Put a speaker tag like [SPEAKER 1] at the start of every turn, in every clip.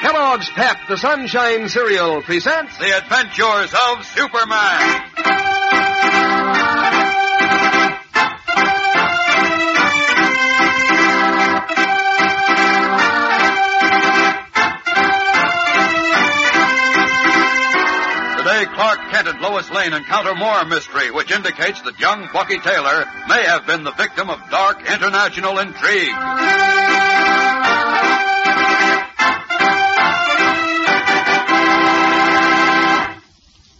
[SPEAKER 1] Kellogg's Pep, the Sunshine Cereal, presents The Adventures of Superman. Today, Clark Kent and Lois Lane encounter more mystery, which indicates that young Bucky Taylor may have been the victim of dark international intrigue.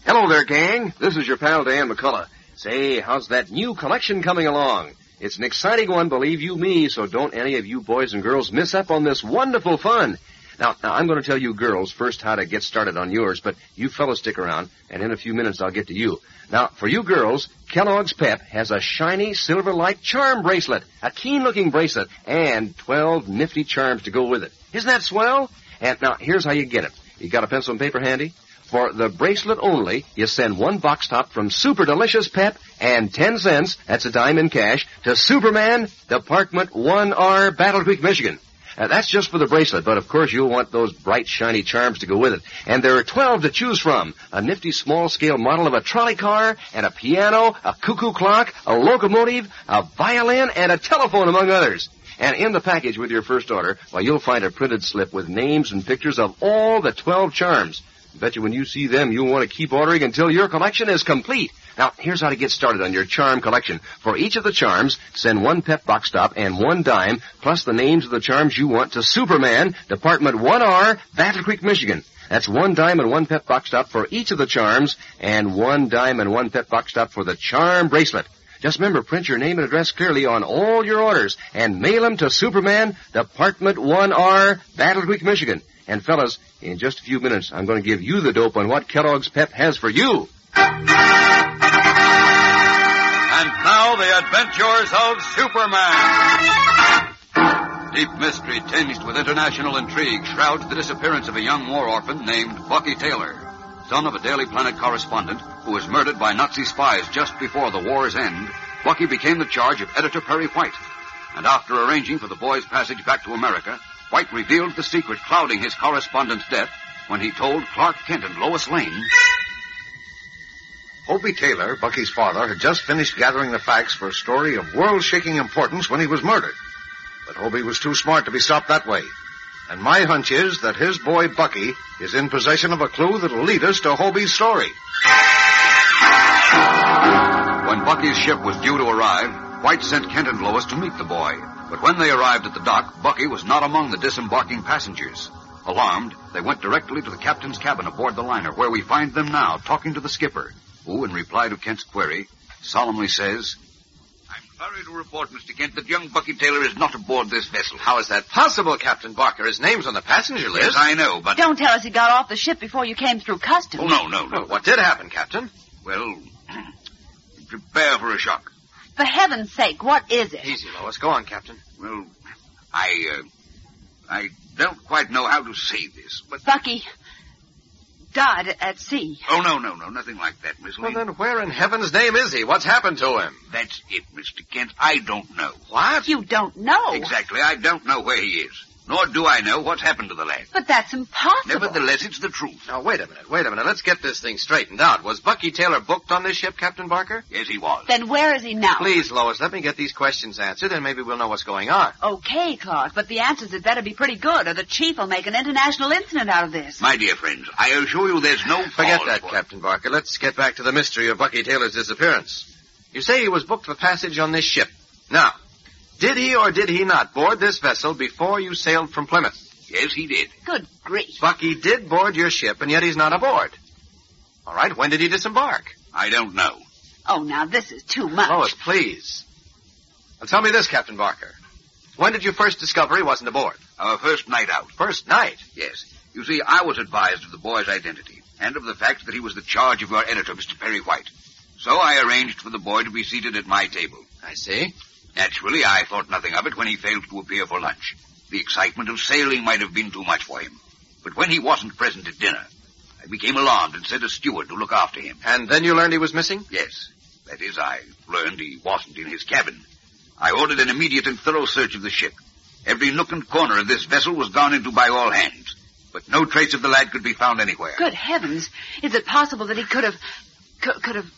[SPEAKER 2] Hello there, gang. This is your pal Dan McCullough. Say, how's that new collection coming along? It's an exciting one, believe you me, so don't any of you boys and girls miss up on this wonderful fun. Now, now I'm going to tell you girls first how to get started on yours, but you fellas stick around, and in a few minutes I'll get to you. Now, for you girls, Kellogg's Pep has a shiny silver-like charm bracelet, a keen-looking bracelet, and 12 nifty charms to go with it. Isn't that swell? And now, here's how you get it. You got a pencil and paper handy? For the bracelet only, you send one box top from Super Delicious Pep and 10 cents, that's a dime in cash, to Superman, Department 1R, Battle Creek, Michigan. Uh, that's just for the bracelet, but of course you'll want those bright, shiny charms to go with it. And there are 12 to choose from. A nifty small-scale model of a trolley car, and a piano, a cuckoo clock, a locomotive, a violin, and a telephone, among others. And in the package with your first order, well, you'll find a printed slip with names and pictures of all the 12 charms. Bet you when you see them, you'll want to keep ordering until your collection is complete. Now, here's how to get started on your charm collection. For each of the charms, send one pep box top and one dime, plus the names of the charms you want to Superman, Department 1R, Battle Creek, Michigan. That's one dime and one pep box top for each of the charms, and one dime and one pep box top for the charm bracelet. Just remember, print your name and address clearly on all your orders and mail them to Superman, Department 1R, Battle Creek, Michigan. And fellas, in just a few minutes, I'm going to give you the dope on what Kellogg's Pep has for you.
[SPEAKER 1] And now the adventures of Superman. Deep mystery tinged with international intrigue shrouds the disappearance of a young war orphan named Bucky Taylor, son of a Daily Planet correspondent who was murdered by Nazi spies just before the war's end. Bucky became the charge of editor Perry White, and after arranging for the boy's passage back to America, White revealed the secret clouding his correspondent's death when he told Clark Kent and Lois Lane
[SPEAKER 3] Obie Taylor, Bucky's father, had just finished gathering the facts for a story of world-shaking importance when he was murdered. But Obie was too smart to be stopped that way. And my hunch is that his boy Bucky is in possession of a clue that'll lead us to Hobie's story.
[SPEAKER 1] When Bucky's ship was due to arrive, White sent Kent and Lois to meet the boy. But when they arrived at the dock, Bucky was not among the disembarking passengers. Alarmed, they went directly to the captain's cabin aboard the liner, where we find them now talking to the skipper, who, in reply to Kent's query, solemnly says, I'm sorry to report, Mr. Kent, that young Bucky Taylor is not aboard this vessel. How is that possible, Captain Barker? His name's on the passenger list. Yes, I know, but...
[SPEAKER 4] Don't tell us he got off the ship before you came through customs.
[SPEAKER 1] Oh, no, no, no. What did happen, Captain? Well, prepare for a shock.
[SPEAKER 4] For heaven's sake, what is it?
[SPEAKER 1] Easy, Lois. Go on, Captain. Well, I, uh, I don't quite know how to say this, but...
[SPEAKER 4] Bucky died at- at sea.
[SPEAKER 1] Oh, no, no, no. Nothing like that, Miss Lane.
[SPEAKER 3] where in heaven's name is he? What's happened to him?
[SPEAKER 1] That's it, Mr. Kent. I don't know.
[SPEAKER 3] What?
[SPEAKER 4] You don't know.
[SPEAKER 1] Exactly. I don't know where he is. Nor do I know what's happened to the lad.
[SPEAKER 4] But that's impossible.
[SPEAKER 1] Nevertheless, it's the truth.
[SPEAKER 3] Now, wait a minute, wait a minute. Let's get this thing straightened out. Was Bucky Taylor booked on this ship, Captain Barker?
[SPEAKER 1] Yes, he was.
[SPEAKER 4] Then where is he now?
[SPEAKER 3] Please, Lois, let me get these questions answered, and maybe we'll know what's going on.
[SPEAKER 4] Okay, Clark, but the answers had better be pretty good, or the chief will make an international incident out of this.
[SPEAKER 1] My dear friends, I assure you there's no
[SPEAKER 3] Forget
[SPEAKER 1] cause
[SPEAKER 3] that,
[SPEAKER 1] for-
[SPEAKER 3] Captain Barker. Let's get back to the mystery of Bucky Taylor's disappearance. You say he was booked for passage on this ship. Now, did he or did he not board this vessel before you sailed from Plymouth?
[SPEAKER 1] Yes, he did.
[SPEAKER 4] Good grief.
[SPEAKER 3] Bucky did board your ship, and yet he's not aboard. All right, when did he disembark?
[SPEAKER 1] I don't know.
[SPEAKER 4] Oh, now this is too much.
[SPEAKER 1] Oh,
[SPEAKER 3] Lois, please. Now tell me this, Captain Barker. When did you first discover he wasn't aboard?
[SPEAKER 1] Our first night out.
[SPEAKER 3] First night.
[SPEAKER 1] Yes. You see, I was advised of the boy's identity and of the fact that he was the charge of your editor, Mr. Perry White. So I arranged for the boy to be seated at my table.
[SPEAKER 2] I see.
[SPEAKER 1] Naturally, I thought nothing of it when he failed to appear for lunch. The excitement of sailing might have been too much for him. But when he wasn't present at dinner, I became alarmed and sent a steward to look after him.
[SPEAKER 2] And then you learned he was missing?
[SPEAKER 1] Yes. That is, I learned he wasn't in his cabin. I ordered an immediate and thorough search of the ship. Every nook and corner of this vessel was gone into by all hands, but no trace of the lad could be found anywhere.
[SPEAKER 4] Good heavens. Is it possible that he could have, could, could have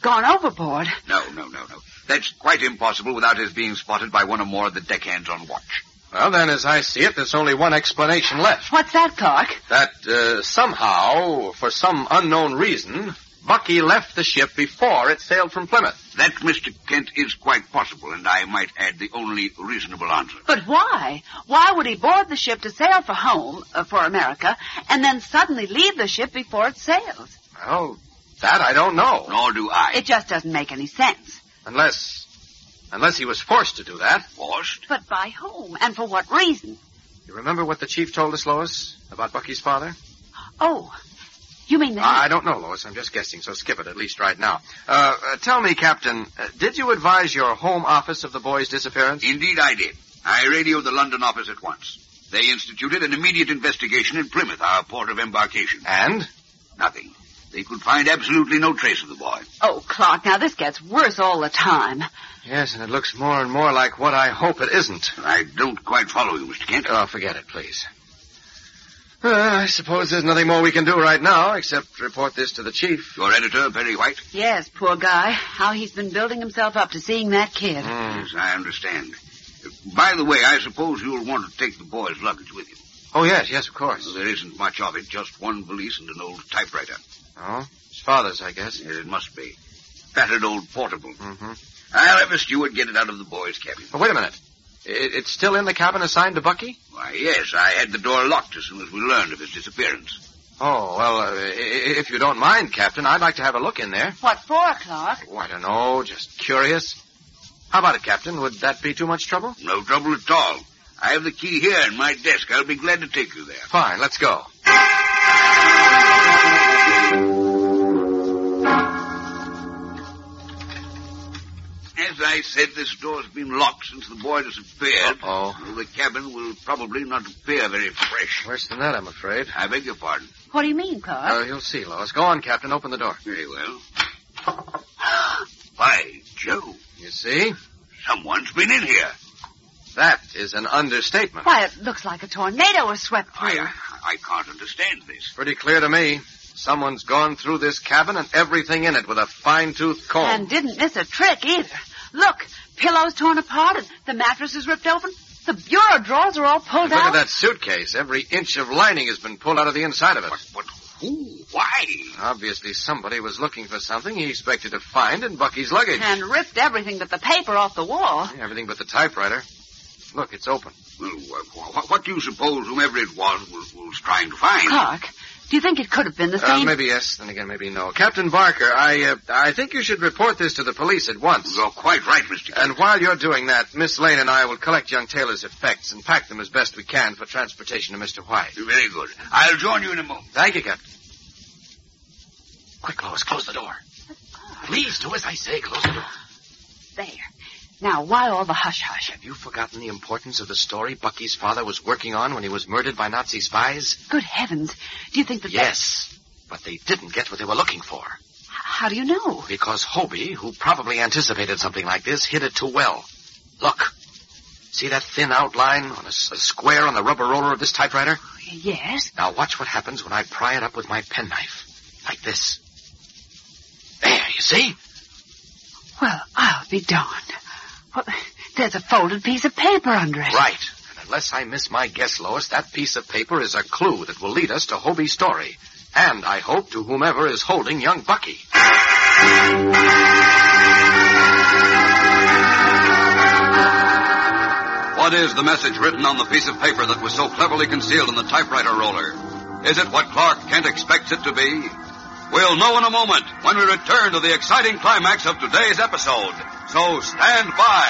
[SPEAKER 4] gone overboard?
[SPEAKER 1] No, no, no, no. That's quite impossible without his being spotted by one or more of the deckhands on watch.
[SPEAKER 2] Well, then, as I see it, there's only one explanation left.
[SPEAKER 4] What's that, Clark?
[SPEAKER 2] That uh, somehow, for some unknown reason, Bucky left the ship before it sailed from Plymouth.
[SPEAKER 1] That, Mr. Kent, is quite possible, and I might add the only reasonable answer.
[SPEAKER 4] But why? Why would he board the ship to sail for home, uh, for America, and then suddenly leave the ship before it sails?
[SPEAKER 2] Well, that I don't know.
[SPEAKER 1] Nor do I.
[SPEAKER 4] It just doesn't make any sense.
[SPEAKER 2] Unless, unless he was forced to do that.
[SPEAKER 1] Forced?
[SPEAKER 4] But by whom? And for what reason?
[SPEAKER 2] You remember what the chief told us, Lois, about Bucky's father?
[SPEAKER 4] Oh, you mean that?
[SPEAKER 2] I I don't know, Lois. I'm just guessing, so skip it, at least right now. Uh, uh, tell me, Captain, uh, did you advise your home office of the boy's disappearance?
[SPEAKER 1] Indeed, I did. I radioed the London office at once. They instituted an immediate investigation in Plymouth, our port of embarkation.
[SPEAKER 2] And?
[SPEAKER 1] Nothing. They could find absolutely no trace of the boy.
[SPEAKER 4] Oh, Clark, now this gets worse all the time.
[SPEAKER 2] Yes, and it looks more and more like what I hope it isn't.
[SPEAKER 1] I don't quite follow you, Mr. Kent.
[SPEAKER 2] Oh, forget it, please. Uh, I suppose there's nothing more we can do right now except report this to the chief.
[SPEAKER 1] Your editor, Perry White?
[SPEAKER 4] Yes, poor guy. How he's been building himself up to seeing that kid.
[SPEAKER 2] Hmm.
[SPEAKER 1] Yes, I understand. Uh, By the way, I suppose you'll want to take the boy's luggage with you.
[SPEAKER 2] Oh, yes, yes, of course.
[SPEAKER 1] There isn't much of it, just one valise and an old typewriter.
[SPEAKER 2] Oh, his father's, I guess.
[SPEAKER 1] Yes, it must be. Battered old portable.
[SPEAKER 2] Mm-hmm.
[SPEAKER 1] I'll have a steward get it out of the boy's cabin.
[SPEAKER 2] But wait a minute. It, it's still in the cabin assigned to Bucky?
[SPEAKER 1] Why, yes, I had the door locked as soon as we learned of his disappearance.
[SPEAKER 2] Oh, well, uh, i- i- if you don't mind, Captain, I'd like to have a look in there.
[SPEAKER 4] What for, Clark?
[SPEAKER 2] Oh, I don't know, just curious. How about it, Captain? Would that be too much trouble?
[SPEAKER 1] No trouble at all. I have the key here in my desk. I'll be glad to take you there.
[SPEAKER 2] Fine, let's go.
[SPEAKER 1] As I said, this door's been locked since the boy disappeared.
[SPEAKER 2] Uh-oh.
[SPEAKER 1] So The cabin will probably not appear very fresh.
[SPEAKER 2] Worse than that, I'm afraid.
[SPEAKER 1] I beg your pardon.
[SPEAKER 4] What do you mean, Clark?
[SPEAKER 2] Oh, you'll see, Lois. Go on, Captain. Open the door.
[SPEAKER 1] Very well. By Joe,
[SPEAKER 2] You see?
[SPEAKER 1] someone's been in here.
[SPEAKER 2] That is an understatement.
[SPEAKER 4] Why, it looks like a tornado was swept through.
[SPEAKER 1] I, I can't understand this.
[SPEAKER 2] Pretty clear to me. Someone's gone through this cabin and everything in it with a fine-tooth comb.
[SPEAKER 4] And didn't miss a trick either. Look, pillows torn apart and the mattress is ripped open. The bureau drawers are all pulled
[SPEAKER 2] And Look
[SPEAKER 4] out.
[SPEAKER 2] at that suitcase. Every inch of lining has been pulled out of the inside of it.
[SPEAKER 1] But, but who? Why?
[SPEAKER 2] Obviously, somebody was looking for something he expected to find in Bucky's luggage.
[SPEAKER 4] And ripped everything but the paper off the wall.
[SPEAKER 2] Yeah, Everything but the typewriter. Look, it's open.
[SPEAKER 1] Well, wh- wh- what do you suppose whomever it was was, was trying to find?
[SPEAKER 4] Clark, do you think it could have been the
[SPEAKER 2] Uh,
[SPEAKER 4] same?
[SPEAKER 2] maybe yes, then again, maybe no. Captain Barker, I, uh, I think you should report this to the police at once.
[SPEAKER 1] You're quite right, Mr. Kent.
[SPEAKER 2] And while you're doing that, Miss Lane and I will collect young Taylor's effects and pack them as best we can for transportation to Mr. White.
[SPEAKER 1] Very good. I'll join you in a moment.
[SPEAKER 2] Thank you, Captain. Quick, Lois, close the door. Please do as I say. Close the door.
[SPEAKER 4] There. Now, why all the hush hush?
[SPEAKER 2] Have you forgotten the importance of the story Bucky's father was working on when he was murdered by Nazi spies?
[SPEAKER 4] Good heavens. Do you think that that...
[SPEAKER 2] Yes. But they didn't get what they were looking for.
[SPEAKER 4] H- How do you know?
[SPEAKER 2] Because Hobie, who probably anticipated something like this, hid it too well. Look. See that thin outline on a, s- a square on the rubber roller of this typewriter?
[SPEAKER 4] Yes.
[SPEAKER 2] Now watch what happens when I pry it up with my penknife. Like this. There, you see?
[SPEAKER 4] Well, I'll be darned. Well, there's a folded piece of paper under it.
[SPEAKER 2] Right. And unless I miss my guess, Lois, that piece of paper is a clue that will lead us to Hobie's story. And I hope to whomever is holding young Bucky.
[SPEAKER 1] What is the message written on the piece of paper that was so cleverly concealed in the typewriter roller? Is it what Clark Kent expects it to be? We'll know in a moment when we return to the exciting climax of today's episode. So stand by.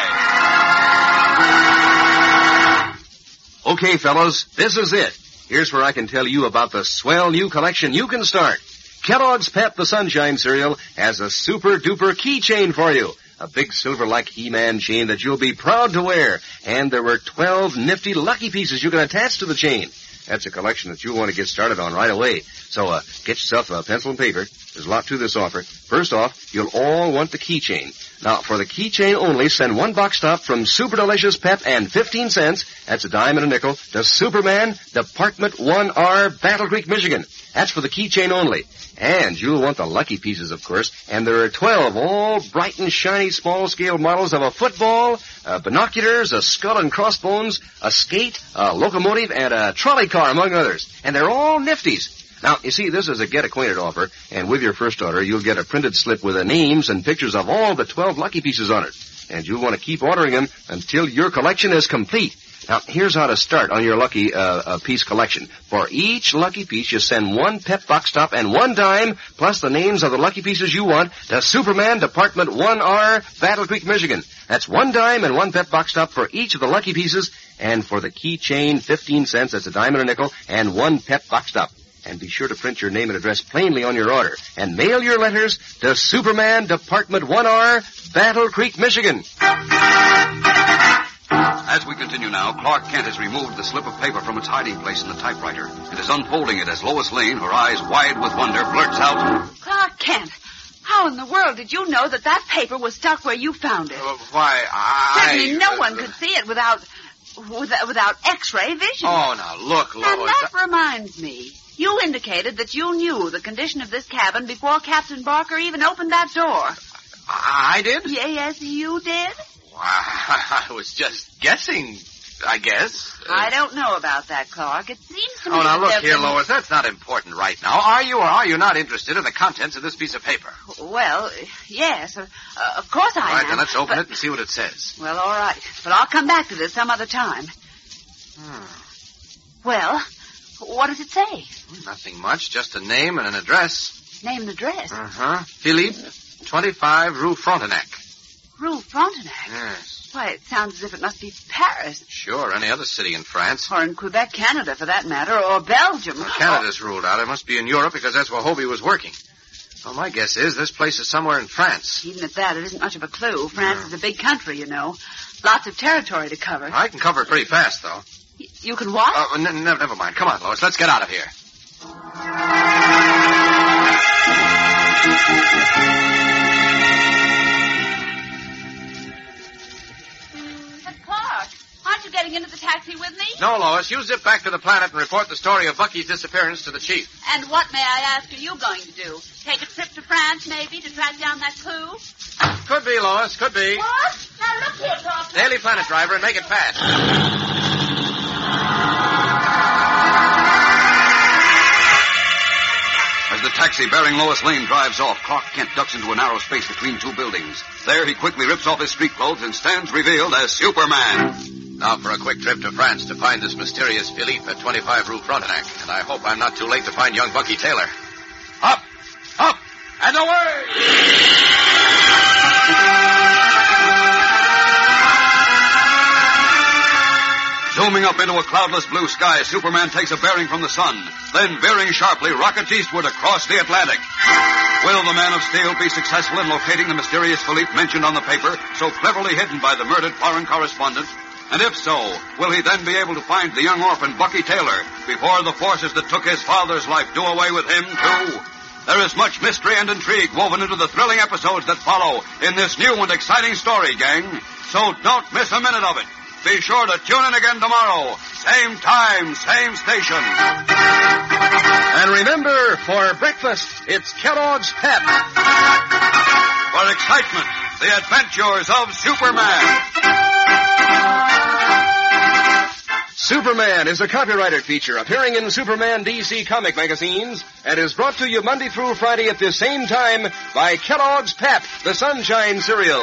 [SPEAKER 5] Okay, fellas, this is it.
[SPEAKER 2] Here's where I can tell you about the swell new collection you can start. Kellogg's Pep the Sunshine Cereal has a super duper keychain for you. A big silver like He-Man chain that you'll be proud to wear. And there were 12 nifty lucky pieces you can attach to the chain. That's a collection that you'll want to get started on right away. So, uh, get yourself a pencil and paper. There's a lot to this offer. First off, you'll all want the keychain. Now, for the keychain only, send one box top from Super Delicious Pep and 15 cents, that's a dime and a nickel, to Superman, Department 1R, Battle Creek, Michigan. That's for the keychain only. And you'll want the lucky pieces, of course, and there are 12 all bright and shiny small scale models of a football, uh, binoculars, a skull and crossbones, a skate, a locomotive, and a trolley car, among others. And they're all nifties. Now, you see, this is a get acquainted offer, and with your first order, you'll get a printed slip with the names and pictures of all the 12 lucky pieces on it. And you'll want to keep ordering them until your collection is complete. Now, here's how to start on your lucky uh, uh, piece collection. For each lucky piece, you send one pep box top and one dime, plus the names of the lucky pieces you want, to Superman Department 1R, Battle Creek, Michigan. That's one dime and one pep box top for each of the lucky pieces, and for the keychain, 15 cents, that's a dime and a nickel, and one pep box top. And be sure to print your name and address plainly on your order. And mail your letters to Superman Department 1R, Battle Creek, Michigan.
[SPEAKER 1] As we continue now, Clark Kent has removed the slip of paper from its hiding place in the typewriter and is unfolding it as Lois Lane, her eyes wide with wonder, blurts out.
[SPEAKER 4] Clark Kent, how in the world did you know that that paper was stuck where you found it?
[SPEAKER 6] Uh, why, I.
[SPEAKER 4] Certainly no
[SPEAKER 6] uh,
[SPEAKER 4] one could see it without without, without X-ray vision.
[SPEAKER 6] Oh, now look, Lois.
[SPEAKER 4] and that reminds me. You indicated that you knew the condition of this cabin before Captain Barker even opened that door.
[SPEAKER 6] I I did?
[SPEAKER 4] Yeah, yes, you did?
[SPEAKER 6] Why, I was just guessing, I guess. Uh,
[SPEAKER 4] I don't know about that, Clark. It seems to me
[SPEAKER 6] Oh, now
[SPEAKER 4] that
[SPEAKER 6] look
[SPEAKER 4] there've
[SPEAKER 6] here,
[SPEAKER 4] been-
[SPEAKER 6] Lois. That's not important right now. Are you or are you not interested in the contents of this piece of paper?
[SPEAKER 4] Well, yes, uh, uh, of course I
[SPEAKER 6] All right,
[SPEAKER 4] am.
[SPEAKER 6] then let's open
[SPEAKER 4] but-
[SPEAKER 6] it and see what it says.
[SPEAKER 4] Well, all right. But I'll come back to this some other time.
[SPEAKER 6] Hmm.
[SPEAKER 4] Well, what does it say?
[SPEAKER 6] Nothing much, just a name and an address.
[SPEAKER 4] Name and address.
[SPEAKER 6] Uh huh. Philippe, 25 Rue Frontenac. Hmm.
[SPEAKER 4] Rue Frontenac.
[SPEAKER 6] Yes.
[SPEAKER 4] Why, it sounds as if it must be Paris.
[SPEAKER 6] Sure, any other city in France.
[SPEAKER 4] Or in Quebec, Canada, for that matter, or Belgium.
[SPEAKER 6] Well, Canada's ruled out. It must be in Europe because that's where Hobie was working. Well, my guess is this place is somewhere in France.
[SPEAKER 4] Even at that, it isn't much of a clue. France
[SPEAKER 6] Hmm.
[SPEAKER 4] is a big country, you know. Lots of territory to cover.
[SPEAKER 6] I can cover it pretty fast, though.
[SPEAKER 4] Y- you can what?
[SPEAKER 6] Uh, n- n- never mind. Come on, Lois. Let's get out of here.
[SPEAKER 4] But Clark, aren't you getting into the taxi with me?
[SPEAKER 6] No, Lois. You zip back to the planet and report the story of Bucky's disappearance to the chief.
[SPEAKER 4] And what, may I ask, are you going to do? Take a trip to France, maybe, to track down that clue?
[SPEAKER 6] Could be, Lois. Could be.
[SPEAKER 4] What? Now look here, Clark.
[SPEAKER 6] Daily Planet driver and make it fast.
[SPEAKER 1] As the taxi bearing Lois Lane drives off, Clark Kent ducks into a narrow space between two buildings. There he quickly rips off his street clothes and stands revealed as Superman.
[SPEAKER 6] Now for a quick trip to France to find this mysterious Philippe at 25 Rue Frontenac. And I hope I'm not too late to find young Bucky Taylor. Up! Up! And away!
[SPEAKER 1] Zooming up into a cloudless blue sky, Superman takes a bearing from the sun, then veering sharply, rockets eastward across the Atlantic. Will the Man of Steel be successful in locating the mysterious Philippe mentioned on the paper, so cleverly hidden by the murdered foreign correspondent? And if so, will he then be able to find the young orphan Bucky Taylor before the forces that took his father's life do away with him too? There is much mystery and intrigue woven into the thrilling episodes that follow in this new and exciting story, gang. So don't miss a minute of it. Be sure to tune in again tomorrow. Same time, same station.
[SPEAKER 2] And remember, for breakfast, it's Kellogg's Pep.
[SPEAKER 1] For excitement, the adventures of Superman.
[SPEAKER 2] Superman is a copyrighted feature appearing in Superman DC comic magazines and is brought to you Monday through Friday at the same time by Kellogg's Pep, the Sunshine Cereal.